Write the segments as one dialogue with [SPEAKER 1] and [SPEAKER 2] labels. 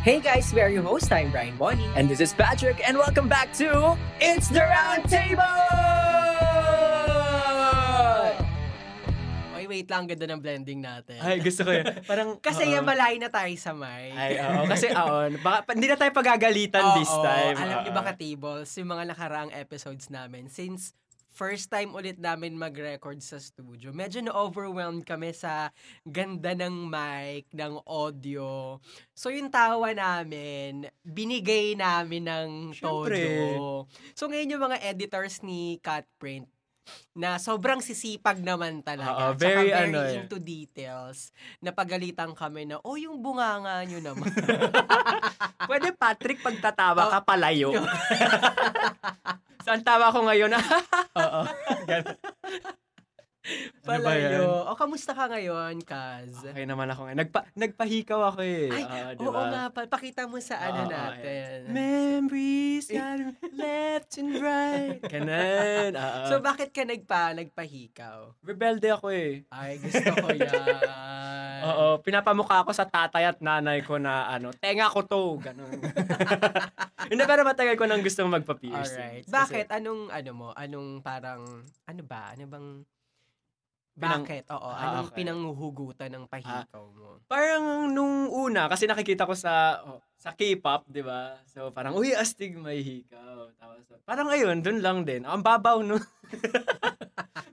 [SPEAKER 1] Hey guys, we are your host. I'm Brian Bonnie.
[SPEAKER 2] And this is Patrick, and welcome back to It's the Round Table!
[SPEAKER 1] Oy, wait lang. Ganda ng blending natin.
[SPEAKER 2] Ay, gusto ko yun. Parang,
[SPEAKER 1] Kasi
[SPEAKER 2] oo.
[SPEAKER 1] yan, malay na tayo sa mic.
[SPEAKER 2] Ay, oo. Kasi, oo. baka- pa- hindi na tayo pagagalitan
[SPEAKER 1] Oo,
[SPEAKER 2] this time.
[SPEAKER 1] Alam niyo
[SPEAKER 2] Oo.
[SPEAKER 1] ba ka-tables, yung mga nakaraang episodes namin, since first time ulit namin mag-record sa studio, medyo na-overwhelmed kami sa ganda ng mic, ng audio. So yung tawa namin, binigay namin ng
[SPEAKER 2] Siyempre.
[SPEAKER 1] todo. So ngayon yung mga editors ni Cutprint, na sobrang sisipag naman talaga.
[SPEAKER 2] Oo,
[SPEAKER 1] Tsaka
[SPEAKER 2] very
[SPEAKER 1] very
[SPEAKER 2] ano eh.
[SPEAKER 1] into details. Napagalitan kami na, oh, yung bunganga nyo naman.
[SPEAKER 2] Pwede, Patrick, pagtatawa ka palayo. Saan tawa ko ngayon? ah. Oo. Ganun. Ano ba yan?
[SPEAKER 1] Palayo. o, kamusta ka ngayon, Kaz?
[SPEAKER 2] Okay naman ako ngayon. Nagpa- nagpahikaw ako eh.
[SPEAKER 1] Ay,
[SPEAKER 2] Ah,
[SPEAKER 1] Oo
[SPEAKER 2] diba?
[SPEAKER 1] nga, pa, pakita mo sa ano
[SPEAKER 2] Oo,
[SPEAKER 1] natin.
[SPEAKER 2] Memories that are left and right. Ganun. oo.
[SPEAKER 1] So, bakit ka nagpa, nagpahikaw?
[SPEAKER 2] rebelde ako eh.
[SPEAKER 1] Ay, gusto ko yan.
[SPEAKER 2] Oo, pinapamukha ako sa tatay at nanay ko na ano, tenga ko to, ganun. Hindi, pero matagal ko nang gustong magpa-piercing.
[SPEAKER 1] Alright. Bakit? Anong, ano mo? Anong parang, ano ba? Ano bang,
[SPEAKER 2] Pinang-
[SPEAKER 1] bakit? Oo,
[SPEAKER 2] Ah,
[SPEAKER 1] anong
[SPEAKER 2] okay. Ah.
[SPEAKER 1] pinanghuhugutan ng pahikaw mo?
[SPEAKER 2] Parang nung una, kasi nakikita ko sa oh, sa K-pop, di ba? So parang, uy, astig may hikaw. Tapos, parang ayun, dun lang din. Ang babaw nun.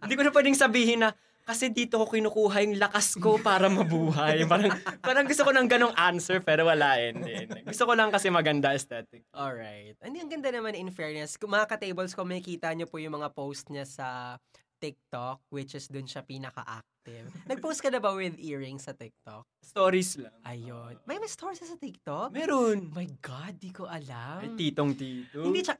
[SPEAKER 2] Hindi ko na pwedeng sabihin na, kasi dito ko kinukuha yung lakas ko para mabuhay. parang, parang gusto ko ng ganong answer, pero wala, hindi. Gusto ko lang kasi maganda aesthetic.
[SPEAKER 1] Alright. Ano yung ganda naman in fairness, kung mga ka-tables ko, makikita nyo po yung mga post niya sa TikTok, which is dun siya pinaka-active. Nag-post ka na ba with earrings sa TikTok?
[SPEAKER 2] Stories lang.
[SPEAKER 1] Ayun. May mas stories sa TikTok?
[SPEAKER 2] Meron.
[SPEAKER 1] My God, di ko alam.
[SPEAKER 2] Ay, titong tito.
[SPEAKER 1] Hmm. Hindi siya,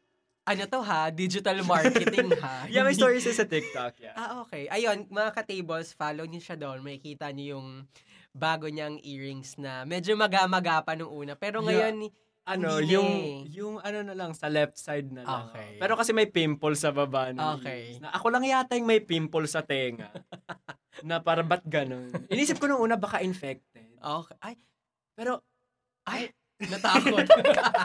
[SPEAKER 1] ano to ha? Digital marketing ha?
[SPEAKER 2] Yeah, may
[SPEAKER 1] Hindi-
[SPEAKER 2] stories sa TikTok, yeah.
[SPEAKER 1] Ah, okay. Ayun, mga ka-tables, follow niyo siya doon. Makikita niyo yung bago niyang earrings na medyo maga-maga pa nung una. Pero
[SPEAKER 2] Yeah.
[SPEAKER 1] ngayon,
[SPEAKER 2] Ano,
[SPEAKER 1] hindi
[SPEAKER 2] yung,
[SPEAKER 1] na eh.
[SPEAKER 2] yung ano na lang, sa left side na lang.
[SPEAKER 1] Okay.
[SPEAKER 2] Pero kasi may pimple sa baba. ng ears.
[SPEAKER 1] Okay.
[SPEAKER 2] Na, ako lang yata yung may pimple sa tenga. na para ba't ganun? Inisip ko nung una, baka infected.
[SPEAKER 1] okay. oh, Ay,
[SPEAKER 2] Pero,
[SPEAKER 1] ay, natakot.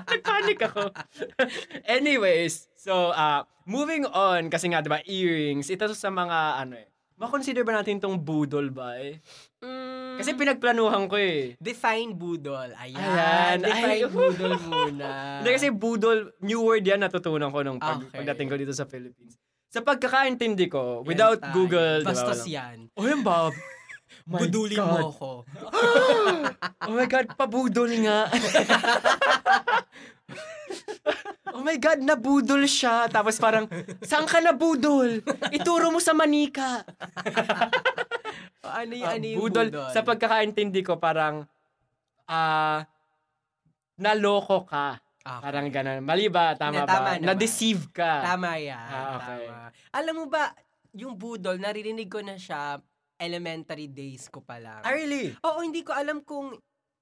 [SPEAKER 2] nagpanik ako. Anyways, so, uh, moving on, kasi nga, di ba, earrings, ito sa mga, ano eh, makonsider ba natin tong budol ba eh?
[SPEAKER 1] Mm.
[SPEAKER 2] Kasi pinagplanuhan ko eh.
[SPEAKER 1] Define budol. Ayan. oh.
[SPEAKER 2] Ayan.
[SPEAKER 1] Define
[SPEAKER 2] Ay.
[SPEAKER 1] budol muna.
[SPEAKER 2] Hindi kasi budol, new word yan natutunan ko nung pag,
[SPEAKER 1] Okay.
[SPEAKER 2] pagdating ko dito sa Philippines. Sa pagkakaintindi ko,
[SPEAKER 1] Yan
[SPEAKER 2] without
[SPEAKER 1] tayo.
[SPEAKER 2] Google, di ba?
[SPEAKER 1] Bastos
[SPEAKER 2] walang-
[SPEAKER 1] yan.
[SPEAKER 2] Oh, yun ba? My
[SPEAKER 1] Budulin
[SPEAKER 2] God.
[SPEAKER 1] mo ako.
[SPEAKER 2] Oh my God, pabudol nga. oh my God, nabudol siya. Tapos parang, saan ka nabudol? Ituro mo sa manika.
[SPEAKER 1] O, ano yung,
[SPEAKER 2] Ah,
[SPEAKER 1] ano yung budol?
[SPEAKER 2] budol, Sa pagkakaintindi ko, parang, ah, naloko ka.
[SPEAKER 1] Okay.
[SPEAKER 2] Parang ganun. Mali ba? Tama,
[SPEAKER 1] Hindi, tama
[SPEAKER 2] ba?
[SPEAKER 1] naman.
[SPEAKER 2] Na-deceive ka.
[SPEAKER 1] Tama yan.
[SPEAKER 2] Ah, okay.
[SPEAKER 1] Tama. Alam mo ba, yung budol, naririnig ko na siya elementary days ko pa lang.
[SPEAKER 2] Ah, really?
[SPEAKER 1] Oo, hindi ko alam kung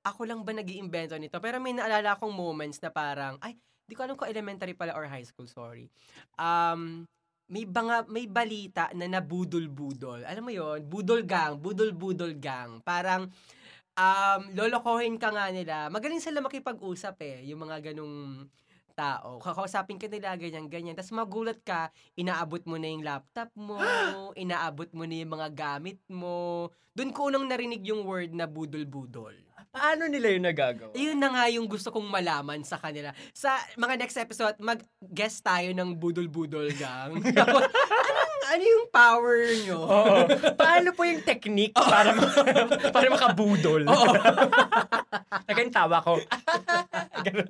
[SPEAKER 1] ako lang ba nag iimbento nito. Pero may naalala akong moments na parang, ay, hindi ko alam kung elementary pala or high school, sorry. Um, may banga, may balita na nabudol-budol. Alam mo yon budol gang, budol-budol gang. Parang, um, lolokohin ka nga nila. Magaling sila makipag-usap eh, yung mga ganong tao. Kakausapin ka nila, ganyan, ganyan. Tapos magulat ka, inaabot mo na yung laptop mo, inaabot mo na yung mga gamit mo. Doon ko unang narinig yung word na budol-budol.
[SPEAKER 2] Paano nila yung nagagawa?
[SPEAKER 1] Yun na nga yung gusto kong malaman sa kanila. Sa mga next episode, mag-guest tayo ng budol-budol gang. Tapos, anong, ano yung power nyo?
[SPEAKER 2] Oo. Paano po yung technique para ma- para makabudol? Oo. tawa ko. Ganun.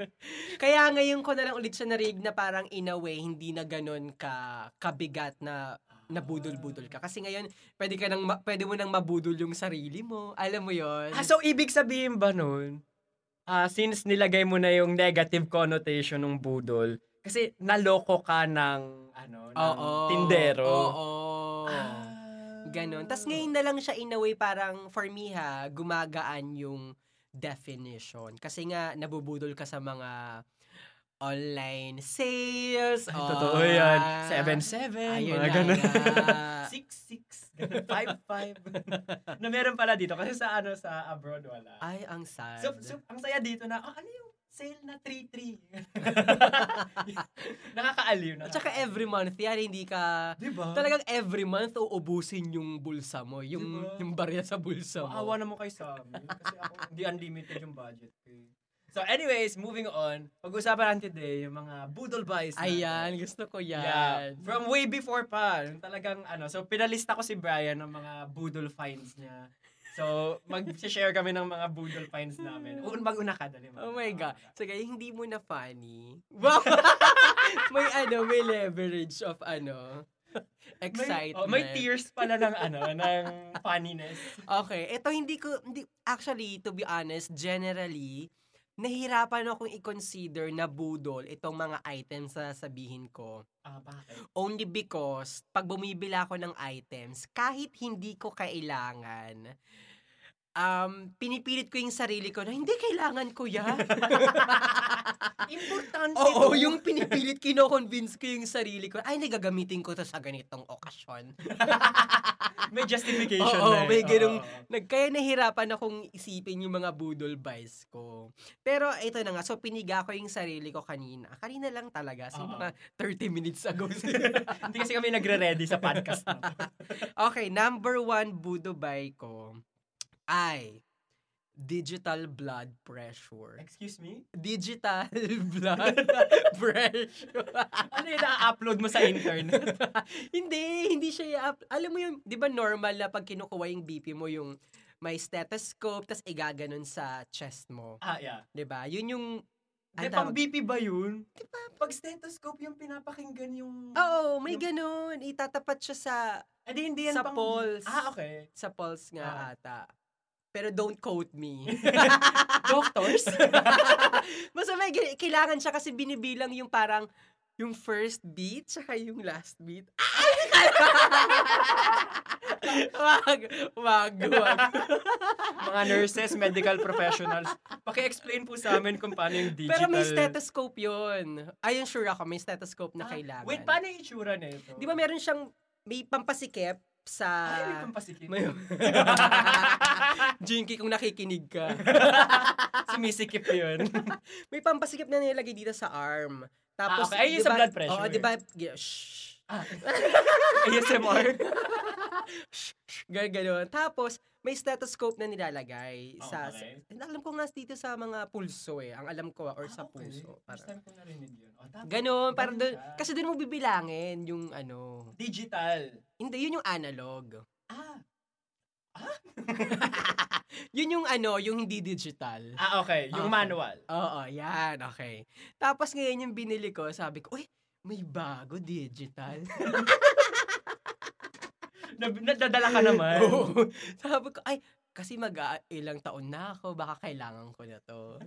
[SPEAKER 1] Kaya ngayon ko na lang ulit siya narinig na parang in a way, hindi na ganun ka, kabigat na nabudol-budol ka. Kasi ngayon, pwede, ka nang, ma- pwede mo nang mabudol yung sarili mo. Alam mo yon
[SPEAKER 2] Ah, so, ibig sabihin ba nun, ah, since nilagay mo na yung negative connotation ng budol, kasi naloko ka ng, ano, ng tindero.
[SPEAKER 1] Oo.
[SPEAKER 2] Ah.
[SPEAKER 1] Ganon. Tapos ngayon na lang siya in a way parang for me ha, gumagaan yung definition. Kasi nga, nabubudol ka sa mga online sales.
[SPEAKER 2] Ay,
[SPEAKER 1] oh,
[SPEAKER 2] totoo yan.
[SPEAKER 1] ah,
[SPEAKER 2] 7-7.
[SPEAKER 1] Ayun
[SPEAKER 2] Eh, Mga
[SPEAKER 1] na
[SPEAKER 2] ganun.
[SPEAKER 1] nga.
[SPEAKER 2] 6-6. ganun, 5-5. na meron pala dito. Kasi sa ano sa abroad, wala.
[SPEAKER 1] Ay, ang sad.
[SPEAKER 2] So, so, ang saya dito na, ah, ano yung sale na 3-3. Nakakaaliw na.
[SPEAKER 1] At saka every month yan, hindi ka...
[SPEAKER 2] Diba?
[SPEAKER 1] Talagang every month uubusin yung bulsa mo, yung,
[SPEAKER 2] Diba?
[SPEAKER 1] yung barya sa bulsa mo.
[SPEAKER 2] Maawa na mo kayo sa amin. Kasi ako, hindi unlimited yung budget ko. eh. So anyways, moving on. Pag-uusapan natin today yung mga budol buys. natin.
[SPEAKER 1] Ayan, gusto ko yan.
[SPEAKER 2] Yeah. From way before pa. Yung Talagang ano. So pinalista ko si Brian ng mga budol finds niya. So mag-share kami ng mga budol finds namin. Un mag-una ka dali.
[SPEAKER 1] Oh my God. Sige, hindi mo na funny. Wow! may ano, may leverage of ano,
[SPEAKER 2] May, oh,
[SPEAKER 1] excitement.
[SPEAKER 2] may tears pala ng ano, ng funniness.
[SPEAKER 1] Okay, ito hindi ko, hindi, actually, to be honest, generally, nahirapan akong i-consider na budol itong mga items na sabihin ko.
[SPEAKER 2] Ah, bakit?
[SPEAKER 1] Only because, pag bumibila ako ng items, kahit hindi ko kailangan, um, pinipilit ko yung sarili ko na, hindi, kailangan ko yan.
[SPEAKER 2] Importante
[SPEAKER 1] Oo,
[SPEAKER 2] to.
[SPEAKER 1] yung pinipilit, kino-convince ko yung sarili ko, ay, nagagamitin ko to sa ganitong okasyon.
[SPEAKER 2] may justification
[SPEAKER 1] Oo,
[SPEAKER 2] na. eh.
[SPEAKER 1] may ganung-
[SPEAKER 2] Oo.
[SPEAKER 1] Nagkaya nahirapan akong isipin yung mga budol buys ko. Pero ito na nga, so piniga ko yung sarili ko kanina. Kanina lang talaga, so
[SPEAKER 2] Oo.
[SPEAKER 1] mga 30 minutes ago.
[SPEAKER 2] Hindi kasi kami nagre-ready sa podcast na to.
[SPEAKER 1] okay, number one budo buy ko ay digital blood pressure.
[SPEAKER 2] Excuse me?
[SPEAKER 1] Digital blood pressure.
[SPEAKER 2] Ano yung na-upload mo sa internet?
[SPEAKER 1] hindi, hindi siya i-up. Alam mo yun, di ba normal na pag kinukuha yung BP mo yung may stethoscope, tas igaganon sa chest mo.
[SPEAKER 2] ah, yeah.
[SPEAKER 1] Di ba? Yun yung...
[SPEAKER 2] Di,
[SPEAKER 1] ang
[SPEAKER 2] pang
[SPEAKER 1] tawag-
[SPEAKER 2] BP ba yun? Di ba? Pag stethoscope yung pinapakinggan yung...
[SPEAKER 1] Oo, may ganun. Itatapat siya sa
[SPEAKER 2] Ah, di, hindi yan
[SPEAKER 1] Sa
[SPEAKER 2] pang...
[SPEAKER 1] polls.
[SPEAKER 2] Ah, okay.
[SPEAKER 1] sa pulse nga
[SPEAKER 2] Ah.
[SPEAKER 1] ata. Pero don't quote me.
[SPEAKER 2] Doctors?
[SPEAKER 1] Basta may gani- kailangan siya kasi binibilang yung parang yung first beat tsaka yung last beat. Ay! wag, wag, wag.
[SPEAKER 2] Mga nurses, medical professionals. Paki-explain po sa amin kung paano yung digital...
[SPEAKER 1] Pero may stethoscope yun. Ayun, sure ako, may stethoscope na
[SPEAKER 2] Ah,
[SPEAKER 1] kailangan.
[SPEAKER 2] Wait, paano yung itsura na ito?
[SPEAKER 1] Di ba meron siyang, may pampasikip sa...
[SPEAKER 2] Ay, may pampasikip.
[SPEAKER 1] Ah, May... Jinky, kung nakikinig ka.
[SPEAKER 2] Sumisikip yun.
[SPEAKER 1] May pampasikip na nilagay dito sa arm. Tapos,
[SPEAKER 2] Ah, okay. Ay, yung
[SPEAKER 1] di
[SPEAKER 2] sa
[SPEAKER 1] ba-
[SPEAKER 2] blood pressure
[SPEAKER 1] Oo,
[SPEAKER 2] eh.
[SPEAKER 1] di ba? gi- Shh.
[SPEAKER 2] Ah. ASMR.
[SPEAKER 1] Shh. shh, gan- Ganun. Tapos, may stethoscope na nilalagay.
[SPEAKER 2] Oh,
[SPEAKER 1] sa, sa-
[SPEAKER 2] Okay.
[SPEAKER 1] And alam ko nga dito sa mga pulso eh. Ang alam ko, or sa
[SPEAKER 2] Ah, okay.
[SPEAKER 1] puso.
[SPEAKER 2] First
[SPEAKER 1] Parang,
[SPEAKER 2] time ko narinig yun. Oh, O, tapos,
[SPEAKER 1] ganun. Parang
[SPEAKER 2] ganun
[SPEAKER 1] doon,
[SPEAKER 2] siya.
[SPEAKER 1] kasi doon mo bibilangin yung ano.
[SPEAKER 2] Digital.
[SPEAKER 1] Hindi, yun yung analog.
[SPEAKER 2] Ah,
[SPEAKER 1] yun yung ano, yung hindi digital.
[SPEAKER 2] ah okay. Yung
[SPEAKER 1] Okay.
[SPEAKER 2] manual.
[SPEAKER 1] Oo, yan. Okay. Tapos ngayon yung binili ko, sabi ko, uy, may bago digital.
[SPEAKER 2] Nab- nadadala ka naman.
[SPEAKER 1] Oo. sabi ko, ay, kasi mag a- ilang taon na ako, baka kailangan ko na to.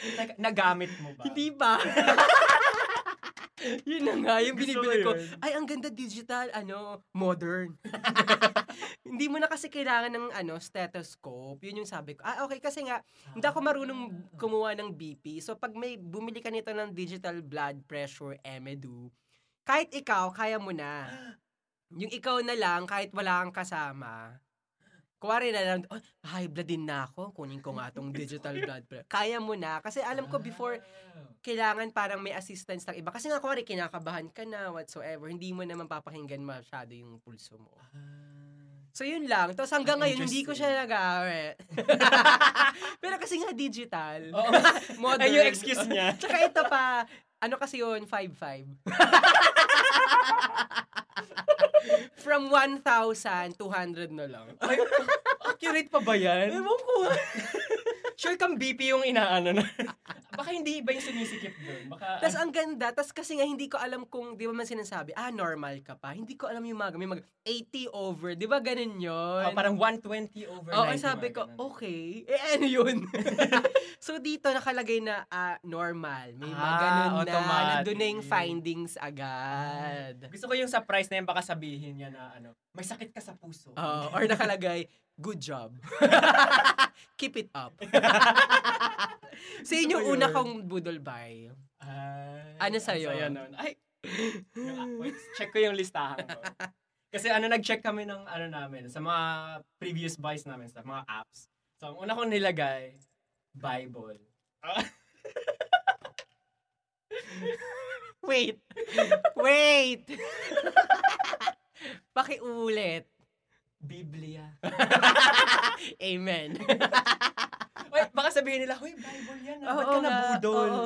[SPEAKER 2] Teka, nagamit mo ba?
[SPEAKER 1] Hindi ba? yun na nga, yung
[SPEAKER 2] Gusto
[SPEAKER 1] binibili ko.
[SPEAKER 2] mo yun?
[SPEAKER 1] Ay, ang ganda digital, ano, modern. Hindi mo na kasi kailangan ng ano, stethoscope. Yun yung sabi ko. Ah, okay, kasi nga, Hindi ako marunong kumuha ng BP. So pag may bumili ka nito ng digital blood pressure Emedu, kahit ikaw, kaya mo na. Yung ikaw na lang, kahit wala kang kasama, kuwari na lang, oh, high blood din na ako, kunin ko nga tong digital blood pressure. Kaya mo na. Kasi alam ko
[SPEAKER 2] Ah.
[SPEAKER 1] before, kailangan parang may assistance ng iba. Kasi nga kuwari, kinakabahan ka na, whatsoever. Hindi mo naman papakinggan masyado yung pulso mo. So yun lang. Tapos
[SPEAKER 2] Ang
[SPEAKER 1] hanggang ngayon, hindi ko siya nag Pero kasi nga digital.
[SPEAKER 2] Oo.
[SPEAKER 1] Modern.
[SPEAKER 2] Ay, yung excuse niya.
[SPEAKER 1] Tsaka ito pa, ano kasi yun, 5'5". From 1,200 na lang.
[SPEAKER 2] Ay, accurate pa ba yan?
[SPEAKER 1] Ewan ko.
[SPEAKER 2] Sure kang BP yung inaano na. Baka hindi iba yung sinisikip doon. Baka,
[SPEAKER 1] Tapos ang ganda, tapos kasi nga hindi ko alam kung, di ba man sinasabi, ah, normal ka pa. Hindi ko alam yung mga, may mag 80 over. Di ba ganun yun?
[SPEAKER 2] Ah, parang 120 over
[SPEAKER 1] Oo,
[SPEAKER 2] 90.
[SPEAKER 1] sabi
[SPEAKER 2] mga
[SPEAKER 1] ko,
[SPEAKER 2] ganun.
[SPEAKER 1] okay. Eh, ano yun? so, dito nakalagay na ah, normal. May mga
[SPEAKER 2] Ah,
[SPEAKER 1] ganun na.
[SPEAKER 2] automatic.
[SPEAKER 1] Nandun na yung findings agad.
[SPEAKER 2] Gusto ko yung surprise na yun, baka sabihin niya na ano, may sakit ka sa puso.
[SPEAKER 1] Oo, Oh, or nakalagay, good job. Keep it up. so, yun yung
[SPEAKER 2] Gusto ko
[SPEAKER 1] una
[SPEAKER 2] yun.
[SPEAKER 1] kong budol by.
[SPEAKER 2] Ay,
[SPEAKER 1] Ano
[SPEAKER 2] ang
[SPEAKER 1] sa'yo?
[SPEAKER 2] saya nun. Ay, yung, ah, wait, check ko yung listahan ko. Kasi ano, nag-check kami ng ano namin, sa mga previous buys namin, sa mga apps. So, ang una kong nilagay, Bible.
[SPEAKER 1] Wait. Wait. Pakiulit.
[SPEAKER 2] Biblia.
[SPEAKER 1] Amen.
[SPEAKER 2] Wait, baka sabihin nila, Hoy, Bible yan. ah. Ba't ka
[SPEAKER 1] Oo
[SPEAKER 2] na
[SPEAKER 1] nga,
[SPEAKER 2] budol?
[SPEAKER 1] oo.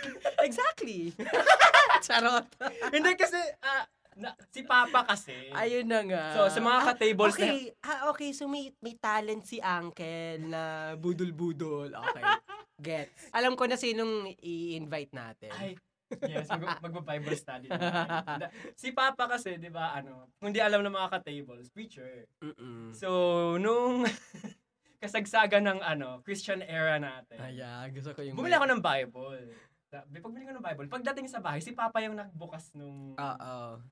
[SPEAKER 1] exactly. Charot.
[SPEAKER 2] Hindi kasi, ah, na, si Papa kasi.
[SPEAKER 1] Ayun na nga.
[SPEAKER 2] So, sa mga ka-tables na-
[SPEAKER 1] okay. Ah, okay. So, may, may talent si Uncle na budol-budol. Okay. Gets. Alam ko na sinong i-invite natin.
[SPEAKER 2] Ay, yes, mag- magpa-Bible study. tayo. si Papa kasi, di ba, ano, kung di alam ng mga ka-tables, preacher.
[SPEAKER 1] Mm-mm.
[SPEAKER 2] So, nung kasagsagan ng ano, Christian era natin,
[SPEAKER 1] Ayan, gusto ko yung...
[SPEAKER 2] bumili ako ng Bible. Sabi, pagbili ko ng Bible, pagdating sa bahay, si Papa yung nagbukas nung,
[SPEAKER 1] Oo.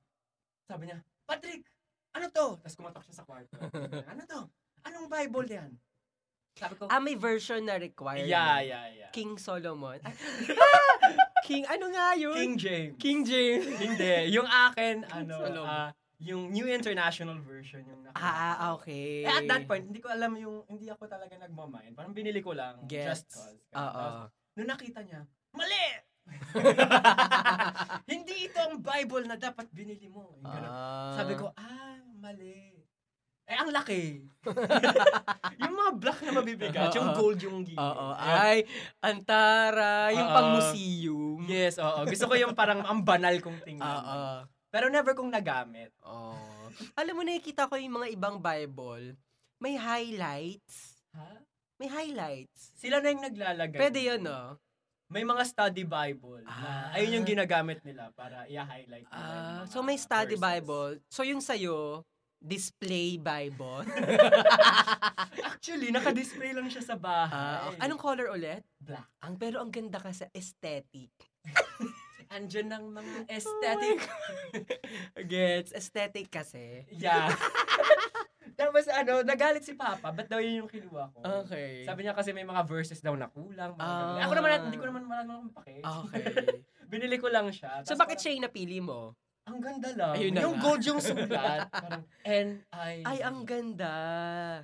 [SPEAKER 2] sabi niya, Patrick, ano to? Tapos kumatok siya sa kwarto. ano to? Anong Bible yan? Sabi ko,
[SPEAKER 1] Ah, may version na required.
[SPEAKER 2] yeah, yeah, yeah.
[SPEAKER 1] King Solomon. Ay, King, ano nga yun?
[SPEAKER 2] King James.
[SPEAKER 1] King James.
[SPEAKER 2] Hindi, yung akin, ano,
[SPEAKER 1] Solomon.
[SPEAKER 2] ah, yung New International Version yung nakita.
[SPEAKER 1] Ah, okay.
[SPEAKER 2] Eh, at that point, hindi ko alam yung, hindi ako talaga nagmamind. Parang binili ko lang. Just
[SPEAKER 1] Gets.
[SPEAKER 2] cause. ah, Tapos,
[SPEAKER 1] Oo.
[SPEAKER 2] Nung nakita niya, mali! Hindi ito ang Bible na dapat binili mo. Yung ganun. Sabi ko, ah, mali. Eh, ang laki. yung mga black na mabibigat, yung
[SPEAKER 1] Oo.
[SPEAKER 2] gold yung gigil.
[SPEAKER 1] Oo.
[SPEAKER 2] Ayan.
[SPEAKER 1] Ah. Ay, antara. Yung
[SPEAKER 2] eh, Oo.
[SPEAKER 1] pang-museum.
[SPEAKER 2] Yes, oo. Gusto ko yung parang ang banal kong tingnan.
[SPEAKER 1] Oo.
[SPEAKER 2] Pero never kong nagamit.
[SPEAKER 1] Oo. Alam mo, nakikita ko yung mga ibang Bible, may highlights.
[SPEAKER 2] Ha?
[SPEAKER 1] May highlights.
[SPEAKER 2] Sila na yung naglalagay.
[SPEAKER 1] Pwede yun, no?
[SPEAKER 2] May mga study Bible.
[SPEAKER 1] Ah.
[SPEAKER 2] Na, ayun yung ginagamit nila para i-highlight nila. yung
[SPEAKER 1] Ah,
[SPEAKER 2] mga
[SPEAKER 1] so, may study
[SPEAKER 2] verses.
[SPEAKER 1] Bible. So, yung sa'yo, display Bible.
[SPEAKER 2] Actually, naka-display lang siya sa bahay.
[SPEAKER 1] Ah, okay. Anong color ulit?
[SPEAKER 2] Black.
[SPEAKER 1] Ang pero ang ganda kasi aesthetic.
[SPEAKER 2] Andiyan ng mga aesthetic.
[SPEAKER 1] Gets, aesthetic kasi.
[SPEAKER 2] yeah. Tapos ano, nagalit si Papa. Ba't daw yun yung kinuha ko?
[SPEAKER 1] Okay.
[SPEAKER 2] Sabi niya kasi may mga verses daw na kulang. mga
[SPEAKER 1] Ah.
[SPEAKER 2] ganun. ako naman, hindi ko naman malang akong pake.
[SPEAKER 1] Okay.
[SPEAKER 2] Binili ko lang siya.
[SPEAKER 1] so
[SPEAKER 2] Tapos
[SPEAKER 1] bakit
[SPEAKER 2] parang,
[SPEAKER 1] siya yung napili mo?
[SPEAKER 2] Ang ganda lang.
[SPEAKER 1] Ayun na
[SPEAKER 2] yung
[SPEAKER 1] nga.
[SPEAKER 2] gold yung sulat. parang N-I-V.
[SPEAKER 1] Ay, ang ganda.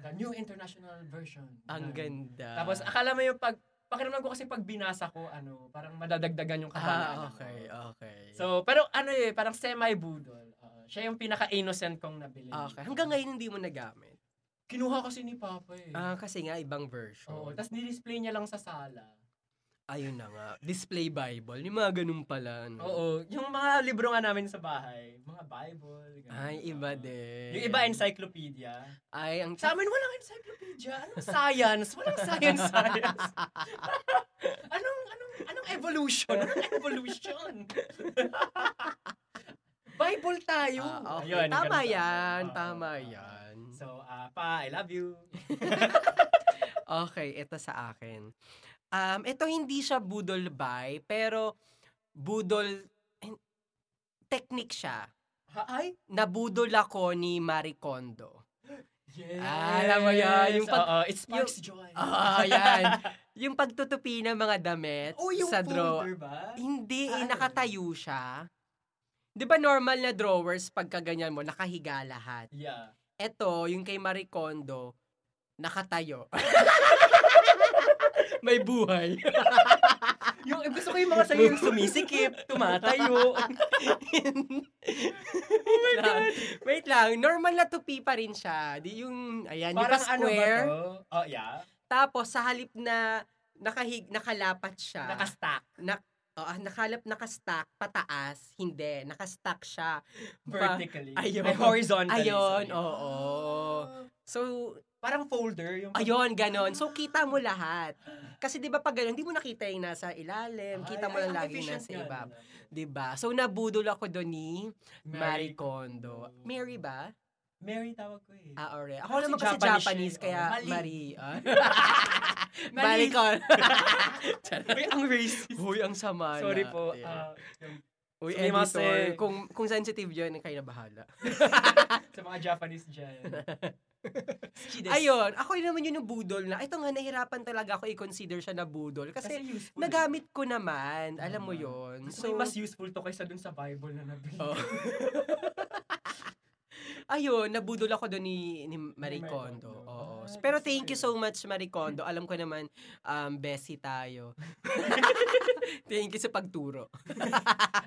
[SPEAKER 2] The New International Version.
[SPEAKER 1] Ang
[SPEAKER 2] Ganun.
[SPEAKER 1] ganda.
[SPEAKER 2] Tapos akala mo yung pag pakiramdam ko kasi pag binasa ko ano, parang madadagdagan yung kahalagahan.
[SPEAKER 1] Ah,
[SPEAKER 2] ko.
[SPEAKER 1] okay, okay.
[SPEAKER 2] ano. So, pero ano eh, parang semi-budol. Ah, siya yung pinaka-innocent kong nabili.
[SPEAKER 1] okay, hanggang ngayon hindi mo nagamit.
[SPEAKER 2] Kinuha kasi ni Papa eh.
[SPEAKER 1] Ah, kasi nga ibang version.
[SPEAKER 2] Oo, tapos ni-display niya lang sa sala.
[SPEAKER 1] Ayun na nga, display Bible, yung mga ganun pala. Ano.
[SPEAKER 2] Oo, yung mga libro nga namin sa bahay, mga Bible. ganun.
[SPEAKER 1] Ay, Ah, iba
[SPEAKER 2] Oo.
[SPEAKER 1] din.
[SPEAKER 2] Yung iba, encyclopedia.
[SPEAKER 1] Ay, ang
[SPEAKER 2] Sa amin, walang encyclopedia. Anong science? Walang science, science. anong, anong, anong evolution? Anong evolution? Bible tayo.
[SPEAKER 1] Ah, okay.
[SPEAKER 2] Ayun,
[SPEAKER 1] tama
[SPEAKER 2] ganun Ah, sa amin.
[SPEAKER 1] yan,
[SPEAKER 2] Oo,
[SPEAKER 1] tama
[SPEAKER 2] oo.
[SPEAKER 1] yan.
[SPEAKER 2] So, ah, pa, I love you.
[SPEAKER 1] Okay, ito sa akin. Um, ito hindi siya budol by, pero budol eh, technique siya.
[SPEAKER 2] Hi.
[SPEAKER 1] Nabudol ako ni Marie Kondo.
[SPEAKER 2] Yes.
[SPEAKER 1] alam mo yan, yung pag-
[SPEAKER 2] Oo, it sparks joy.
[SPEAKER 1] Ah, yan. Yung pagtutupi ng mga damit
[SPEAKER 2] oh, yung
[SPEAKER 1] sa drawer.
[SPEAKER 2] folder ba?
[SPEAKER 1] Hindi, eh,
[SPEAKER 2] Ah, ano?
[SPEAKER 1] nakatayo siya. Di ba normal na drawers pagka ganyan mo, nakahiga lahat?
[SPEAKER 2] Yeah.
[SPEAKER 1] Eto, yung kay Marie Kondo, nakatayo. May buhay.
[SPEAKER 2] Yung, eh, gusto ko yung mga sa'yo yung sumisikip, tumatayo.
[SPEAKER 1] Lang. Wait lang, normal na tupi pa rin siya. Di yung, ayan, yung
[SPEAKER 2] Parang ano ba
[SPEAKER 1] pa-square.
[SPEAKER 2] to? Oh, yeah.
[SPEAKER 1] tapos, sa halip na nakahig, nakalapat siya.
[SPEAKER 2] Nakastack.
[SPEAKER 1] oh, ah, nakalap, nakastack, pataas. Hindi, nakastack siya. Pa-
[SPEAKER 2] Vertically.
[SPEAKER 1] Diba? Ayun.
[SPEAKER 2] Ay, horizontally.
[SPEAKER 1] Ayun,
[SPEAKER 2] sorry.
[SPEAKER 1] oo. So,
[SPEAKER 2] Parang folder. Yung
[SPEAKER 1] ayun, ganon. So, kita mo lahat. Kasi di ba pag ganon, hindi mo nakita yung nasa ilalim. Kita mo lang lagi yung nasa ibab. Di ba? So, nabudol ako doon ni Marie Kondo.
[SPEAKER 2] Kondo.
[SPEAKER 1] Mary ba?
[SPEAKER 2] Mary tawag ko eh.
[SPEAKER 1] Ah, alright. Ako
[SPEAKER 2] Kasi
[SPEAKER 1] naman kasi
[SPEAKER 2] Japanese
[SPEAKER 1] Japanese,
[SPEAKER 2] siya eh.
[SPEAKER 1] kaya
[SPEAKER 2] Oh, Mali.
[SPEAKER 1] Marie. Ah.
[SPEAKER 2] Mali.
[SPEAKER 1] Marie Kondo.
[SPEAKER 2] Uy, ang racist.
[SPEAKER 1] Uy, ang sama
[SPEAKER 2] Sorry po.
[SPEAKER 1] natin.
[SPEAKER 2] ah, yung-
[SPEAKER 1] Uy,
[SPEAKER 2] sumimasen.
[SPEAKER 1] editor, kung, kung sensitive yun, kayo na bahala.
[SPEAKER 2] sa mga Japanese dyan.
[SPEAKER 1] Ayun, ako yun naman yun yung budol na. Ito nga, nahirapan talaga ako i-consider siya na budol. Kasi, Hmm.
[SPEAKER 2] useful.
[SPEAKER 1] nagamit ko naman. Alam mo
[SPEAKER 2] Tama.
[SPEAKER 1] yun.
[SPEAKER 2] So, mas useful to kaysa dun sa Bible na nabili.
[SPEAKER 1] Oh. ayun, nabudol ako doon ni, ni Marie
[SPEAKER 2] Marie
[SPEAKER 1] Kondo.
[SPEAKER 2] Kondo.
[SPEAKER 1] Oo.
[SPEAKER 2] Ah,
[SPEAKER 1] Pero
[SPEAKER 2] that's
[SPEAKER 1] thank you
[SPEAKER 2] great.
[SPEAKER 1] so much, Marie Kondo. Alam ko naman, um, besi tayo. thank you sa pagturo.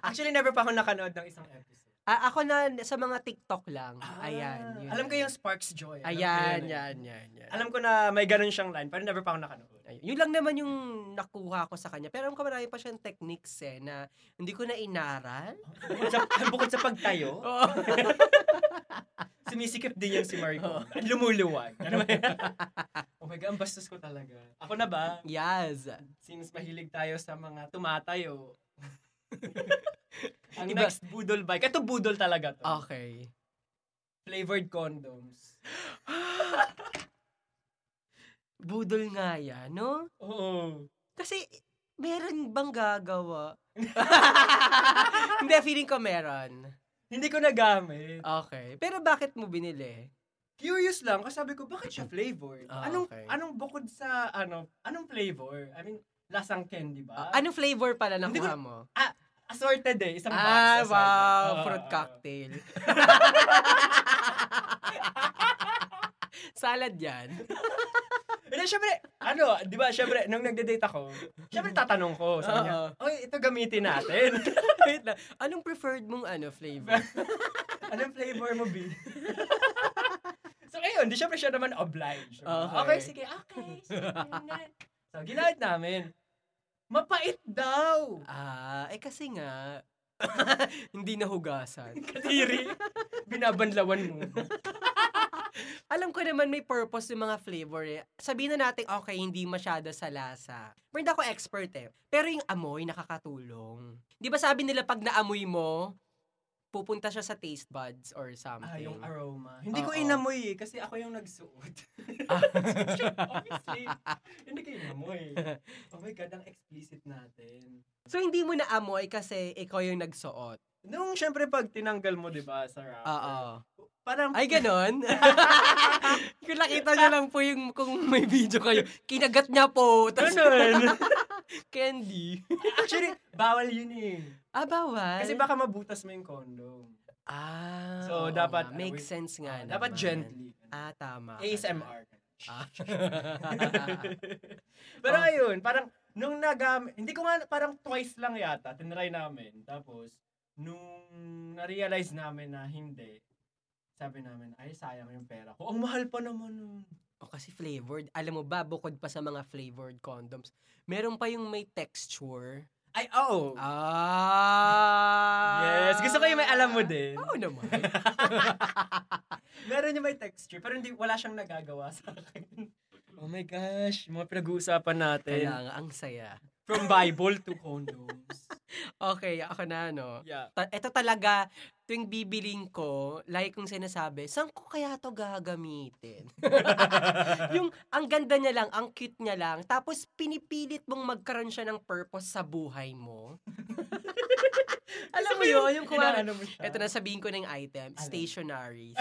[SPEAKER 2] Actually, never pa ako nakanood ng isang episode.
[SPEAKER 1] Ah, ako na sa mga TikTok lang. Ah, Ayan. yun.
[SPEAKER 2] Ah, Alam ko yung Sparks Joy. Alam ko
[SPEAKER 1] Ayan,
[SPEAKER 2] yun eh.
[SPEAKER 1] yan, yan, yan.
[SPEAKER 2] Alam ko na may ganun siyang line, pero never pa ako nakanood.
[SPEAKER 1] Ayun. Yun lang naman yung nakuha ko sa kanya. Pero alam ko marami pa siyang techniques eh, na hindi ko na inaral.
[SPEAKER 2] Bukod sa, bukod sa pagtayo,
[SPEAKER 1] Oo.
[SPEAKER 2] sumisikip din yan si Mariko. Ang lumuluwag. Ano ba yan? oh my God, ang bastos ko talaga. Ako na ba?
[SPEAKER 1] yes.
[SPEAKER 2] Since mahilig tayo sa mga tumatayo. ang
[SPEAKER 1] Iba-
[SPEAKER 2] next budol bike. Ito budol talaga to.
[SPEAKER 1] Okay.
[SPEAKER 2] Flavored condoms.
[SPEAKER 1] Budol nga yan, no?
[SPEAKER 2] Oo.
[SPEAKER 1] Kasi, meron bang gagawa? hindi, feeling ko meron.
[SPEAKER 2] Hindi ko nagamit.
[SPEAKER 1] Okay. Pero bakit mo binili?
[SPEAKER 2] Curious lang kasi sabi ko bakit siya flavored?
[SPEAKER 1] Ah,
[SPEAKER 2] anong
[SPEAKER 1] okay.
[SPEAKER 2] anong bukod sa ano, anong flavor? I mean, lasang candy ba?
[SPEAKER 1] anong flavor pala
[SPEAKER 2] Ah. Hindi
[SPEAKER 1] nakuha mo?
[SPEAKER 2] Assorted eh, isang box.
[SPEAKER 1] Ah,
[SPEAKER 2] assorted.
[SPEAKER 1] wow.
[SPEAKER 2] Oo,
[SPEAKER 1] Fruit
[SPEAKER 2] oo,
[SPEAKER 1] cocktail. Salad yan.
[SPEAKER 2] oo. And then, syempre, ano, di ba, syempre, nung nagde-date ako, syempre tatanong ko sa kanya,
[SPEAKER 1] Oo.
[SPEAKER 2] oy, ito gamitin natin.
[SPEAKER 1] Wait lang. Anong preferred mong ano flavor?
[SPEAKER 2] anong flavor mo, B? so, ayun, di syempre siya naman obliged.
[SPEAKER 1] Okay.
[SPEAKER 2] okay sige, okay. Sige, yun na. so, ginahit namin. Mapait daw.
[SPEAKER 1] Ah, eh kasi nga, hindi nahugasan.
[SPEAKER 2] Katiri. Binabanlawan mo.
[SPEAKER 1] Alam ko naman may purpose yung mga flavor eh. Sabihin na natin, okay, hindi masyado sa lasa. Pero hindi ako expert eh. Pero yung amoy, nakakatulong. Di ba sabi nila pag naamoy mo, pupunta siya sa taste buds or something.
[SPEAKER 2] Ah, yung aroma. Hindi ko
[SPEAKER 1] Oo. Ah.
[SPEAKER 2] inamoy eh, kasi ako yung nagsuot. Obviously, hindi ko inamoy. Oh my God, ang explicit natin.
[SPEAKER 1] so hindi mo naamoy kasi ikaw yung nagsuot.
[SPEAKER 2] Nung syempre pag tinanggal mo, di ba, sa wrapper,
[SPEAKER 1] Oo.
[SPEAKER 2] parang,
[SPEAKER 1] Ay, ganon. Kung nakita niyo lang po yung kung may video kayo, kinagat niya po. Tapos,
[SPEAKER 2] ganun.
[SPEAKER 1] candy.
[SPEAKER 2] Actually, bawal yun eh.
[SPEAKER 1] Ah, bawal?
[SPEAKER 2] Kasi baka mabutas mo yung condom.
[SPEAKER 1] Ah,
[SPEAKER 2] So,
[SPEAKER 1] oo
[SPEAKER 2] dapat,
[SPEAKER 1] nga.
[SPEAKER 2] ano,
[SPEAKER 1] Make
[SPEAKER 2] wait.
[SPEAKER 1] sense nga.
[SPEAKER 2] Ah, dapat
[SPEAKER 1] naman.
[SPEAKER 2] gently.
[SPEAKER 1] Ah, tama. ka
[SPEAKER 2] ASMR.
[SPEAKER 1] dyan. Ah.
[SPEAKER 2] Pero
[SPEAKER 1] Oh.
[SPEAKER 2] ayun, parang nung nagam hindi ko nga, parang twice lang yata, tinry namin. Tapos, nung na-realize namin na hindi, sabi namin, ay sayang yung pera ko. Ang mahal pa naman nun.
[SPEAKER 1] o kasi flavored. Alam mo ba, bukod pa sa mga flavored condoms, meron pa yung may texture.
[SPEAKER 2] Ay, oo.
[SPEAKER 1] Ah!
[SPEAKER 2] yes, gusto ko yung may alam mo din.
[SPEAKER 1] Oo naman.
[SPEAKER 2] Meron yung may texture, pero hindi, wala siyang nagagawa sa akin. Oh my gosh, mga pinag-uusapan natin.
[SPEAKER 1] Kaya nga, ang saya.
[SPEAKER 2] From Bible to condoms.
[SPEAKER 1] Okay, ako na, no?
[SPEAKER 2] Yeah.
[SPEAKER 1] Ta- ito talaga, tuwing bibiling ko, like kong sinasabi, saan ko kaya to gagamitin? yung ang ganda niya lang, ang cute niya lang, tapos pinipilit mong magkaroon siya ng purpose sa buhay mo. Alam mo yun, yung kuwari,
[SPEAKER 2] Inaano mo siya.
[SPEAKER 1] ito na sabihin ko na yung item,
[SPEAKER 2] Alam.
[SPEAKER 1] stationaries.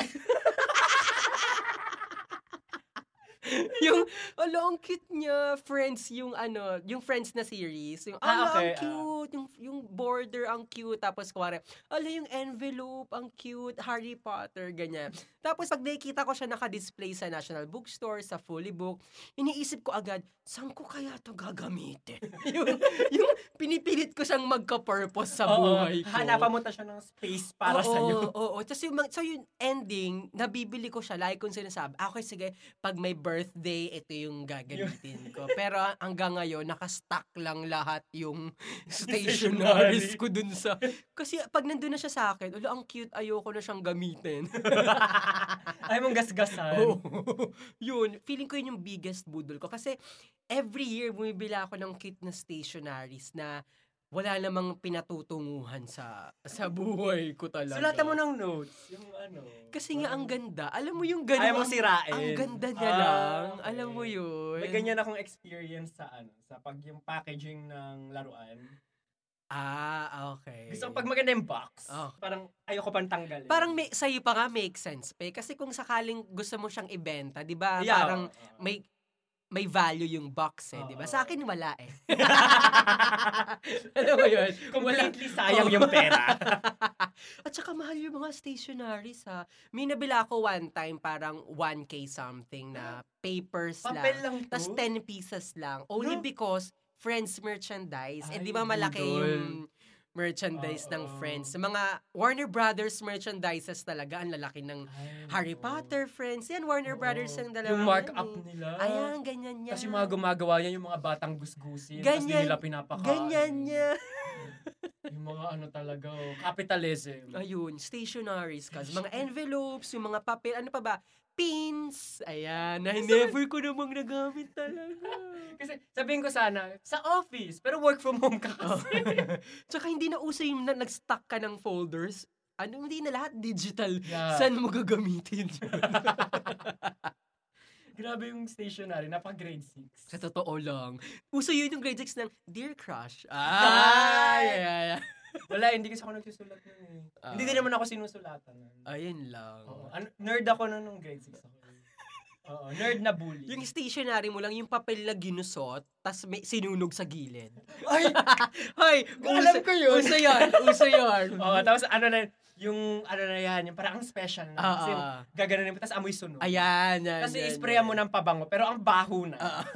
[SPEAKER 1] yung, ala, ang cute niya, friends, yung ano, yung friends na series, yung,
[SPEAKER 2] Ah,
[SPEAKER 1] ala,
[SPEAKER 2] okay,
[SPEAKER 1] ang cute, yung, yung border, ang cute, tapos kuwari, ala, yung envelope, ang cute, Harry Potter, ganyan. Tapos pag nakikita ko siya nakadisplay sa National Bookstore, sa Fully Book, iniisip ko agad, saan ko kaya to gagamitin? yung, yung pinipilit ko siyang magka-purpose sa
[SPEAKER 2] Oo,
[SPEAKER 1] buhay ko.
[SPEAKER 2] Hanapan mo ta siya ng space para
[SPEAKER 1] oo,
[SPEAKER 2] sa iyo.
[SPEAKER 1] Oo, oo. Tapos yung, mga- so yung ending, nabibili ko siya. Like kung sinasabi, "Ah, okay, sige, pag may birthday, ito yung gagamitin ko. Pero hanggang ngayon, nakastack lang lahat yung stationaries ko dun sa... Kasi pag nandun na siya sa akin, ulo, ang cute, ayoko na siyang gamitin.
[SPEAKER 2] Ay mong gasgasan.
[SPEAKER 1] Oo. yun, feeling ko yun yung biggest budol ko. Kasi every year, bumibila ako ng kit na stationaries na wala namang pinatutunguhan sa sa buhay ko talaga.
[SPEAKER 2] Sulatan mo ng notes. Yung ano.
[SPEAKER 1] Kasi nga, ang
[SPEAKER 2] parang-
[SPEAKER 1] ganda. Alam mo yung ganda.
[SPEAKER 2] Ayaw mong sirain.
[SPEAKER 1] Ang ganda niya
[SPEAKER 2] Ah,
[SPEAKER 1] lang.
[SPEAKER 2] okay.
[SPEAKER 1] Alam mo yun.
[SPEAKER 2] May ganyan akong experience sa ano, sa pag yung packaging ng laruan.
[SPEAKER 1] Ah, okay.
[SPEAKER 2] Gusto ko pag maganda yung box,
[SPEAKER 1] Oh.
[SPEAKER 2] parang ayoko pang tanggalin.
[SPEAKER 1] Parang may, sa'yo pa nga make sense, pe. Kasi kung sakaling gusto mo siyang ibenta, di ba?
[SPEAKER 2] Yeah,
[SPEAKER 1] Parang
[SPEAKER 2] oo.
[SPEAKER 1] may may value yung box eh,
[SPEAKER 2] Oo.
[SPEAKER 1] di ba? Sa akin, wala eh.
[SPEAKER 2] Alam mo yun? Kung wala,
[SPEAKER 1] Completely
[SPEAKER 2] sayang
[SPEAKER 1] Oo.
[SPEAKER 2] yung pera.
[SPEAKER 1] At saka mahal yung mga stationaries ha. May nabila ako one time parang 1K something na papers
[SPEAKER 2] Ah. Papel
[SPEAKER 1] lang.
[SPEAKER 2] lang to?
[SPEAKER 1] Tapos 10 pieces lang. Only
[SPEAKER 2] No?
[SPEAKER 1] because friends merchandise. Eh
[SPEAKER 2] Ay,
[SPEAKER 1] di ba malaki
[SPEAKER 2] budol.
[SPEAKER 1] yung merchandise ng
[SPEAKER 2] Oo.
[SPEAKER 1] friends. Sa mga Warner Brothers merchandises talaga. Ang lalaki ng Harry Potter friends. Yan, Warner Brothers ang dalawa.
[SPEAKER 2] Yung
[SPEAKER 1] yan
[SPEAKER 2] markup
[SPEAKER 1] eh.
[SPEAKER 2] nila.
[SPEAKER 1] Ayan, ganyan yan.
[SPEAKER 2] Tapos yung mga gumagawa niya, yung mga batang gusgusin. Tapos di
[SPEAKER 1] Ganyan-
[SPEAKER 2] nila pinapakain.
[SPEAKER 1] Ganyan niya.
[SPEAKER 2] Yung mga ano talaga, oh, capitalism.
[SPEAKER 1] Ayun, stationaries kasi mga envelopes, yung mga papel, ano pa ba? Pins. Ayan, I never ko namang nagamit talaga.
[SPEAKER 2] Kasi sabihin ko sana, sa office, pero work from home ka kasi.
[SPEAKER 1] Oh. Tsaka hindi na uso yung na, nag-stack ka ng folders. Ano, hindi na lahat digital.
[SPEAKER 2] Yeah.
[SPEAKER 1] Saan mo gagamitin yun?
[SPEAKER 2] Grabe yung stationary, napaka-grade 6.
[SPEAKER 1] Sa totoo lang. Uso yun yung grade 6 ng Dear Crush.
[SPEAKER 2] Ay!
[SPEAKER 1] Ay! Ay! ay.
[SPEAKER 2] Wala, hindi kasi ako nagsusulat nun eh.
[SPEAKER 1] Ah.
[SPEAKER 2] hindi din naman ako sinusulatan.
[SPEAKER 1] Ayun lang.
[SPEAKER 2] Oo, ano, nerd ako nun nung grade 6 ako. eh. Oo, nerd na bully.
[SPEAKER 1] Yung stationary mo lang, yung papel na ginusot, tas may sinunog sa gilid.
[SPEAKER 2] Ay!
[SPEAKER 1] Hoy!
[SPEAKER 2] Alam
[SPEAKER 1] uso-
[SPEAKER 2] ko yun.
[SPEAKER 1] Uso yun! Uso yun!
[SPEAKER 2] Oo, tapos ano na, yung ano na yan, yung parang ang special na.
[SPEAKER 1] Ah,
[SPEAKER 2] kasi
[SPEAKER 1] ah.
[SPEAKER 2] gaganan mo, tapos amoy sunog.
[SPEAKER 1] Ayan, Ah. yan,
[SPEAKER 2] Kasi
[SPEAKER 1] yan,
[SPEAKER 2] isprayan
[SPEAKER 1] yan.
[SPEAKER 2] mo ng pabango, pero ang baho na.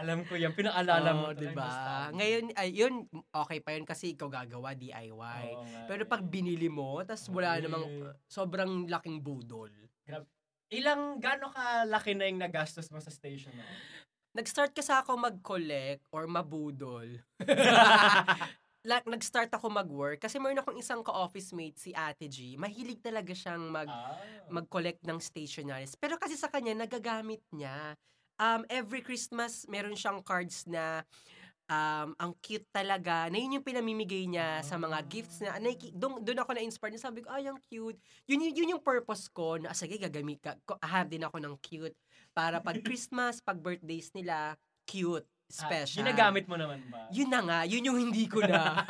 [SPEAKER 2] Alam ko yan, pinaalala
[SPEAKER 1] Oo,
[SPEAKER 2] mo.
[SPEAKER 1] di ba? Ngayon, ay, yun, okay pa yun kasi ikaw gagawa, DIY. Pero pag binili mo, tas wala
[SPEAKER 2] Okay.
[SPEAKER 1] namang uh, sobrang laking budol.
[SPEAKER 2] Ilang, gano'n ka laki na yung nagastos mo sa station mo?
[SPEAKER 1] Nag-start kasi ako mag-collect or mabudol.
[SPEAKER 2] Ah.
[SPEAKER 1] like, nag-start ako mag-work kasi meron akong isang ka-office mate, si Ate G. Mahilig talaga siyang mag-
[SPEAKER 2] Ah.
[SPEAKER 1] mag-collect ng stationaries. Pero kasi sa kanya, nagagamit niya. Um, every Christmas, meron siyang cards na um, ang cute talaga. Na yun yung pinamimigay niya sa mga gifts
[SPEAKER 2] Ah.
[SPEAKER 1] na, naiki- doon, doon ako na-inspire niya. Sabi ko, ay, ang cute. Yun, yun, yun yung purpose ko na, "Ah, sige, gagamit ka. ko- Ahar din ako ng cute. Para pag Christmas, pag birthdays
[SPEAKER 2] Ah,
[SPEAKER 1] nila, cute, special.
[SPEAKER 2] Ginagamit mo naman ba?
[SPEAKER 1] Yun na nga, yun yung hindi ko na.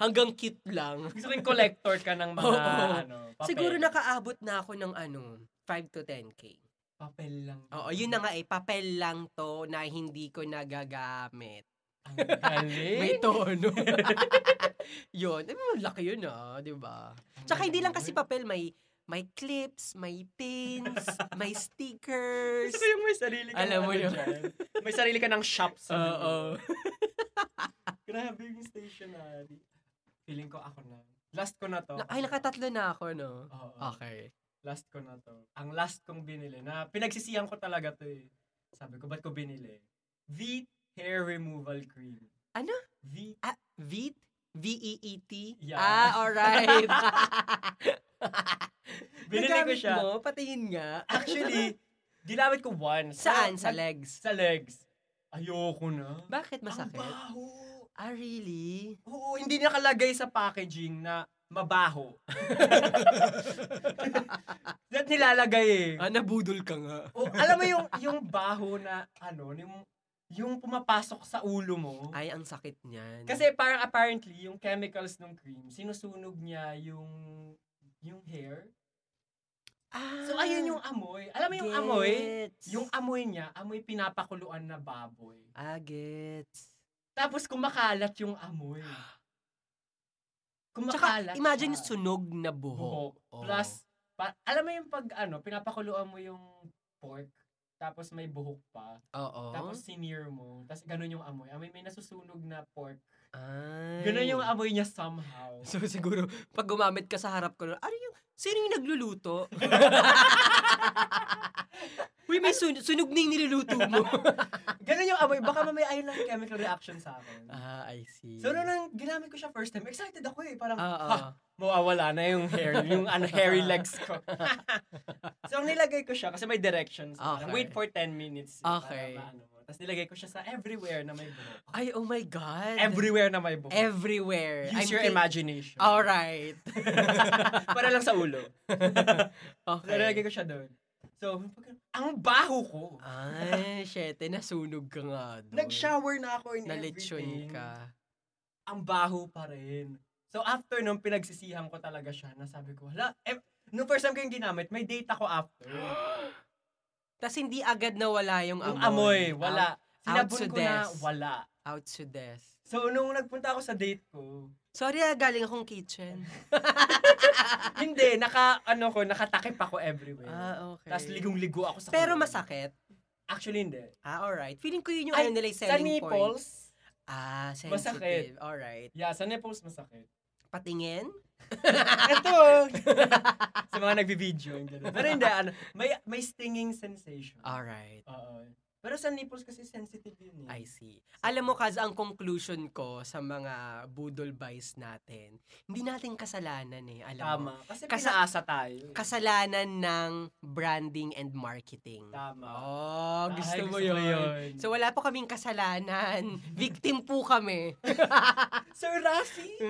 [SPEAKER 1] Hanggang cute lang.
[SPEAKER 2] Gusto ko yung collector ka ng mga,
[SPEAKER 1] Oo, oo.
[SPEAKER 2] ano, papel.
[SPEAKER 1] Siguro nakaabot na ako ng ano, 5 to 10K.
[SPEAKER 2] Papel lang.
[SPEAKER 1] Oo, yun na nga eh. Papel lang to na hindi ko nagagamit.
[SPEAKER 2] Ang galing.
[SPEAKER 1] May tono. yun. Eh, malaki yun ah, di ba? Tsaka hindi lang kasi papel, may may clips, may pins, may stickers.
[SPEAKER 2] Gusto ko yung may sarili ka.
[SPEAKER 1] Alam
[SPEAKER 2] ng
[SPEAKER 1] mo
[SPEAKER 2] ano
[SPEAKER 1] yun.
[SPEAKER 2] dyan. May sarili ka ng shop sa
[SPEAKER 1] Oo.
[SPEAKER 2] Grabe yung stationery. Feeling ko ako na. Last ko na to.
[SPEAKER 1] Na- Ay, nakatatlo na ako, no?
[SPEAKER 2] Oo.
[SPEAKER 1] Okay.
[SPEAKER 2] Last ko na to. Ang last kong binili na pinagsisihan ko talaga to eh. Sabi ko, ba't ko binili? Veet Hair Removal Cream.
[SPEAKER 1] Ano?
[SPEAKER 2] Veet.
[SPEAKER 1] Ah, Veet? V-E-E-T?
[SPEAKER 2] Yeah.
[SPEAKER 1] Ah, alright.
[SPEAKER 2] Binili ko
[SPEAKER 1] Nagamit
[SPEAKER 2] siya.
[SPEAKER 1] mo, patingin nga.
[SPEAKER 2] Actually, ginamit ko once.
[SPEAKER 1] Saan?
[SPEAKER 2] Pero
[SPEAKER 1] Sa
[SPEAKER 2] nag-
[SPEAKER 1] legs?
[SPEAKER 2] Sa legs. Ayoko na.
[SPEAKER 1] Bakit
[SPEAKER 2] Ang
[SPEAKER 1] masakit?
[SPEAKER 2] baho.
[SPEAKER 1] Ah, really?
[SPEAKER 2] Oo, hindi nakalagay sa packaging na mabaho. That nilalagay eh.
[SPEAKER 1] Ah, nabudol ka nga.
[SPEAKER 2] O, alam mo yung yung baho na ano, yung yung pumapasok sa ulo mo.
[SPEAKER 1] Ay, ang sakit niyan.
[SPEAKER 2] Kasi parang apparently yung chemicals ng cream sinusunog niya yung yung hair.
[SPEAKER 1] ah,
[SPEAKER 2] So ayun yung amoy. Alam mo yung
[SPEAKER 1] gets.
[SPEAKER 2] amoy? Yung amoy niya, amoy pinapakuluan na baboy.
[SPEAKER 1] Ah, gets.
[SPEAKER 2] Tapos kumakalat yung amoy. Kumakalat.
[SPEAKER 1] Tsaka, imagine
[SPEAKER 2] siya.
[SPEAKER 1] sunog Oh. na buhok.
[SPEAKER 2] buhok.
[SPEAKER 1] Oo.
[SPEAKER 2] Plus, pa- alam mo yung pag ano, pinapakuluan mo yung pork, tapos may buhok pa,
[SPEAKER 1] Oo.
[SPEAKER 2] tapos sinear mo, tapos ganun yung amoy. Amoy may nasusunog na pork.
[SPEAKER 1] Ay.
[SPEAKER 2] Ganun yung amoy niya somehow.
[SPEAKER 1] So siguro, pag gumamit ka sa harap ko, ano yung, sino yung nagluluto? Uy, may sun- sunog na yung niluluto mo.
[SPEAKER 2] ganun yung amoy. Baka mamaya ayun lang yung chemical reaction sa akin.
[SPEAKER 1] ah, I see.
[SPEAKER 2] So, nung nang ginamit ko siya first time, excited ako eh. Parang,
[SPEAKER 1] Oo.
[SPEAKER 2] ha, mawawala na yung hair, yung ano, hairy legs ko. so, ang nilagay ko siya, kasi may directions. Parang,
[SPEAKER 1] Okay.
[SPEAKER 2] Wait for 10 minutes.
[SPEAKER 1] Okay.
[SPEAKER 2] Para, ano, tapos nilagay ko siya sa everywhere na may buhok.
[SPEAKER 1] Ay, oh my God.
[SPEAKER 2] Everywhere na may buhok.
[SPEAKER 1] Everywhere.
[SPEAKER 2] Use your
[SPEAKER 1] feel-
[SPEAKER 2] imagination.
[SPEAKER 1] Alright.
[SPEAKER 2] Para lang sa ulo. So,
[SPEAKER 1] Okay.
[SPEAKER 2] nilagay ko siya doon. So, ang baho ko.
[SPEAKER 1] Ay, syete, nasunog ka nga doon.
[SPEAKER 2] Nag-shower na ako in
[SPEAKER 1] Nalitsyon
[SPEAKER 2] everything.
[SPEAKER 1] ka.
[SPEAKER 2] Ang baho pa rin. So, after nung pinagsisihan ko talaga siya, nasabi ko, hala, eh, nung first time ko yung ginamit, may date ako after.
[SPEAKER 1] Tapos hindi agad nawala yung amoy.
[SPEAKER 2] Yung amoy, wala.
[SPEAKER 1] Out
[SPEAKER 2] Sinabon
[SPEAKER 1] to
[SPEAKER 2] ko na,
[SPEAKER 1] des.
[SPEAKER 2] wala.
[SPEAKER 1] Out to death.
[SPEAKER 2] So, nung nagpunta ako sa date ko,
[SPEAKER 1] Sorry ah, galing akong kitchen.
[SPEAKER 2] hindi, naka, ano ko, nakatakip ako everywhere.
[SPEAKER 1] ah, okay.
[SPEAKER 2] Tapos ligong-ligo ako sa
[SPEAKER 1] Pero
[SPEAKER 2] kulay.
[SPEAKER 1] masakit.
[SPEAKER 2] Actually, hindi.
[SPEAKER 1] Ah, alright. Feeling ko yun yung
[SPEAKER 2] Ay,
[SPEAKER 1] ano nila yung
[SPEAKER 2] Sa
[SPEAKER 1] selling point.
[SPEAKER 2] nipples,
[SPEAKER 1] Ah,
[SPEAKER 2] Masakit.
[SPEAKER 1] sensitive. Alright.
[SPEAKER 2] yeah, sa nipples masakit.
[SPEAKER 1] Patingin?
[SPEAKER 2] Ito! sa mga nagbibideo. yung ganun. Pero hindi, ano, may, may stinging
[SPEAKER 1] Ah,
[SPEAKER 2] sensation.
[SPEAKER 1] Alright.
[SPEAKER 2] Oo. Pero sa nipples kasi sensitive yun eh.
[SPEAKER 1] I see. Alam mo, Kaz, ang conclusion ko sa mga budol buys natin, hindi natin kasalanan eh, alam mo.
[SPEAKER 2] Tama. Kasi
[SPEAKER 1] Kasi-
[SPEAKER 2] pinaasa tayo. eh.
[SPEAKER 1] Kasalanan ng branding and marketing.
[SPEAKER 2] Tama.
[SPEAKER 1] Oh,
[SPEAKER 2] Ay,
[SPEAKER 1] gusto mo yun. So wala po kaming kasalanan. Victim po kami.
[SPEAKER 2] Sir Rafi!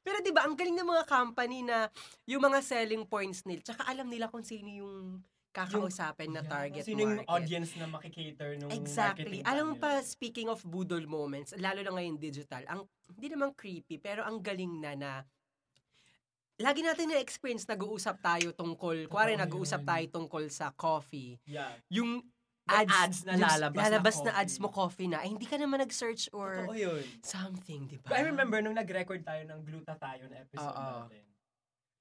[SPEAKER 1] Pero 'di ba ang galing ng mga company na yung mga selling points nila, tsaka alam nila kung sino yung kakausapin na
[SPEAKER 2] Yeah,
[SPEAKER 1] target
[SPEAKER 2] Sino yung
[SPEAKER 1] market.
[SPEAKER 2] audience na makikater nung
[SPEAKER 1] Exactly.
[SPEAKER 2] marketing
[SPEAKER 1] Alam mo
[SPEAKER 2] plan
[SPEAKER 1] pa,
[SPEAKER 2] nila?
[SPEAKER 1] speaking of budol moments, lalo na ngayon digital, ang hindi naman creepy, pero ang galing na na Lagi natin na-experience, nag-uusap tayo tungkol, kuwari
[SPEAKER 2] Totoo
[SPEAKER 1] nag-uusap
[SPEAKER 2] yun.
[SPEAKER 1] tayo tungkol sa coffee.
[SPEAKER 2] Yeah.
[SPEAKER 1] Yung
[SPEAKER 2] May
[SPEAKER 1] ads,
[SPEAKER 2] ads na
[SPEAKER 1] yung
[SPEAKER 2] lalabas na
[SPEAKER 1] lalabas na,
[SPEAKER 2] coffee.
[SPEAKER 1] ads mo coffee na, eh, hindi ka naman nag-search or
[SPEAKER 2] Totoo yun.
[SPEAKER 1] something, di ba?
[SPEAKER 2] I remember nung nag-record tayo ng Glutathione episode
[SPEAKER 1] Oo.
[SPEAKER 2] natin.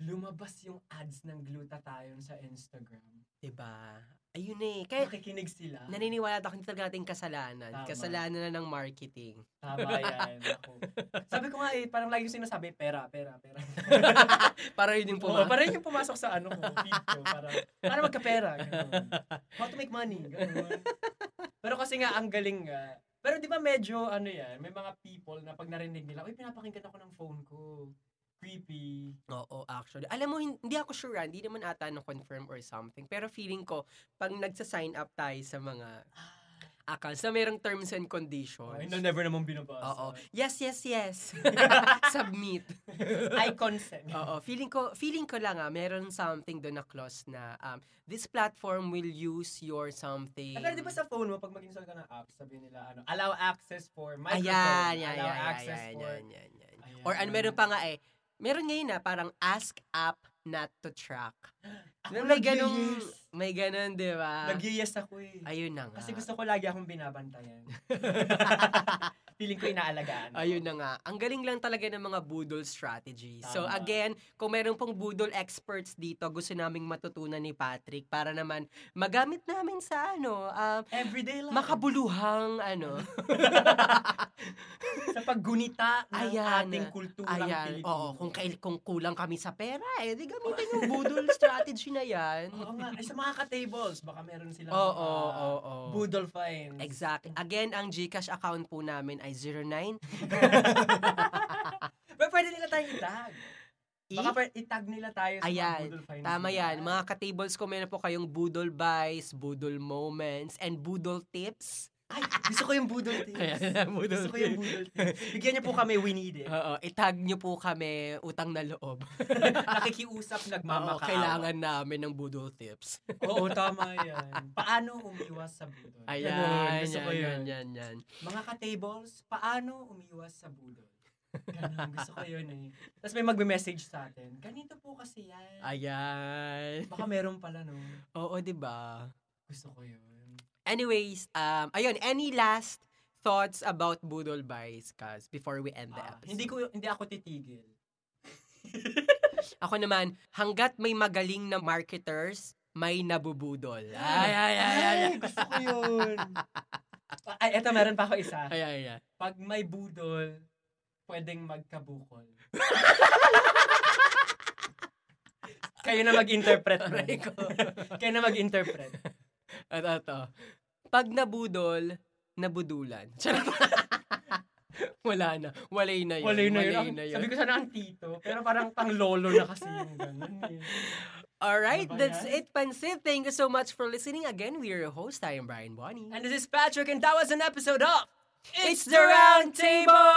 [SPEAKER 2] Lumabas yung ads ng Glutathione sa Instagram.
[SPEAKER 1] Di ba? Ayun eh. Kaya
[SPEAKER 2] Nakikinig sila.
[SPEAKER 1] naniniwala ako, hindi talaga natin kasalanan.
[SPEAKER 2] Tama.
[SPEAKER 1] Kasalanan na ng marketing.
[SPEAKER 2] Tama yan. Ako. Sabi ko nga eh, parang lagi yung sinasabi, pera, pera, pera.
[SPEAKER 1] Para yun yung
[SPEAKER 2] Oo,
[SPEAKER 1] puma.
[SPEAKER 2] parang yung pumasok sa ano ko, feed ko. Parang, para magkapera. ganun. How to make money. ganun. Pero kasi nga, ang galing nga. Pero di ba medyo, ano yan, may mga people na pag narinig nila, uy, pinapakinggan ako ng phone ko. Creepy.
[SPEAKER 1] Oo, actually. Alam mo, hin- hindi ako sure, ah. hindi naman ata na confirm or something. Pero feeling ko, pag nagsa-sign up tayo sa mga accounts na merong terms and
[SPEAKER 2] Oh,
[SPEAKER 1] conditions.
[SPEAKER 2] no, never namang binabasa.
[SPEAKER 1] Oo. Yes, yes, yes. Submit.
[SPEAKER 2] I consent.
[SPEAKER 1] Oo, feeling ko feeling ko lang ah, meron something doon na clause na um, this platform will use your something.
[SPEAKER 2] Pero di ba sa phone mo, pag mag-install ka ng app, sabi nila, ano, allow access for microphone.
[SPEAKER 1] Ayan, ayan,
[SPEAKER 2] allow
[SPEAKER 1] ayan,
[SPEAKER 2] access
[SPEAKER 1] ayan,
[SPEAKER 2] for...
[SPEAKER 1] ayan, ayan, ayan. Or ano, meron pa nga eh, meron ngayon na parang ask app not to track.
[SPEAKER 2] Ako
[SPEAKER 1] may ganun,
[SPEAKER 2] ganung
[SPEAKER 1] may ganun, di ba?
[SPEAKER 2] Nag-yes ako eh.
[SPEAKER 1] Ayun na nga.
[SPEAKER 2] Kasi gusto ko lagi akong binabantayan. Feeling ko inaalagaan. ako.
[SPEAKER 1] Ayun na nga. Ang galing lang talaga ng mga budol strategy. So
[SPEAKER 2] Tama.
[SPEAKER 1] again, kung meron pong budol experts dito, gusto naming matutunan ni Patrick para naman magamit namin sa ano, ah,
[SPEAKER 2] Everyday life.
[SPEAKER 1] makabuluhang ano.
[SPEAKER 2] sa paggunita ng
[SPEAKER 1] Ayan.
[SPEAKER 2] ating kulturang
[SPEAKER 1] Ayan,
[SPEAKER 2] Pilipino.
[SPEAKER 1] oo, kung, kail, kung kulang kami sa pera, eh, di gamitin yung budol strategy na yan.
[SPEAKER 2] Oo nga. Ay, sa mga ka-tables, baka meron silang
[SPEAKER 1] Oo,
[SPEAKER 2] mga
[SPEAKER 1] oo, oo.
[SPEAKER 2] Boodle fines.
[SPEAKER 1] Exactly. Again, ang GCash account po namin ay 09
[SPEAKER 2] Pero pwede nila tayong itag.
[SPEAKER 1] E?
[SPEAKER 2] Baka pwede, itag nila tayo sa
[SPEAKER 1] Ayan.
[SPEAKER 2] mga boodle fines.
[SPEAKER 1] Tama
[SPEAKER 2] nila.
[SPEAKER 1] yan. Mga ka-tables ko, meron po kayong budol buys, budol moments, and budol tips.
[SPEAKER 2] Ay, gusto ko yung boodle tips.
[SPEAKER 1] budol
[SPEAKER 2] gusto ko yung boodle tips. Bigyan niyo po kami, we need it.
[SPEAKER 1] Oo, itag nyo po kami utang na loob.
[SPEAKER 2] Nakikiusap,
[SPEAKER 1] Oo,
[SPEAKER 2] nagmamakaawa.
[SPEAKER 1] kailangan namin ng budol tips.
[SPEAKER 2] Oo, tama yan. Paano umiwas sa budol?
[SPEAKER 1] Ayan,
[SPEAKER 2] gusto ko yun.
[SPEAKER 1] yan, yan, yan, yan.
[SPEAKER 2] Mga ka-tables, paano umiwas sa budol? Ganun, gusto ko yun eh. Tapos may magme-message sa atin, ganito po kasi yan.
[SPEAKER 1] Ayan.
[SPEAKER 2] Baka meron pala no.
[SPEAKER 1] Oo, di ba?
[SPEAKER 2] Gusto ko yun.
[SPEAKER 1] Anyways, um, ayun, any last thoughts about Budol Buys, Kaz, before we end the
[SPEAKER 2] Ah,
[SPEAKER 1] episode?
[SPEAKER 2] hindi ko hindi ako titigil.
[SPEAKER 1] Ako naman, hanggat may magaling na marketers, may nabubudol. Ah. Ay, ay, ay, ay, ay.
[SPEAKER 2] gusto ko yun. Ay, eto meron pa ako isa.
[SPEAKER 1] Ay, ay, ay.
[SPEAKER 2] Pag may budol, pwedeng magkabukol. Kayo na mag-interpret. nun.
[SPEAKER 1] Aray ko.
[SPEAKER 2] Kayo na mag-interpret.
[SPEAKER 1] Ito, ito. Pag nabudol, nabudulan. Charot. Wala na. Walay na yun.
[SPEAKER 2] Walay na yun.
[SPEAKER 1] Walay
[SPEAKER 2] Ang- Sabi ko sana ang tito, pero parang pang lolo na kasi yung ganun eh.
[SPEAKER 1] Alright,
[SPEAKER 2] Ano ba
[SPEAKER 1] that's
[SPEAKER 2] yan?
[SPEAKER 1] it, Pansit. Thank you so much for listening. Again, we're your host. I am Brian Bonnie.
[SPEAKER 2] And this is Patrick and that was an episode of
[SPEAKER 1] It's the Round Table!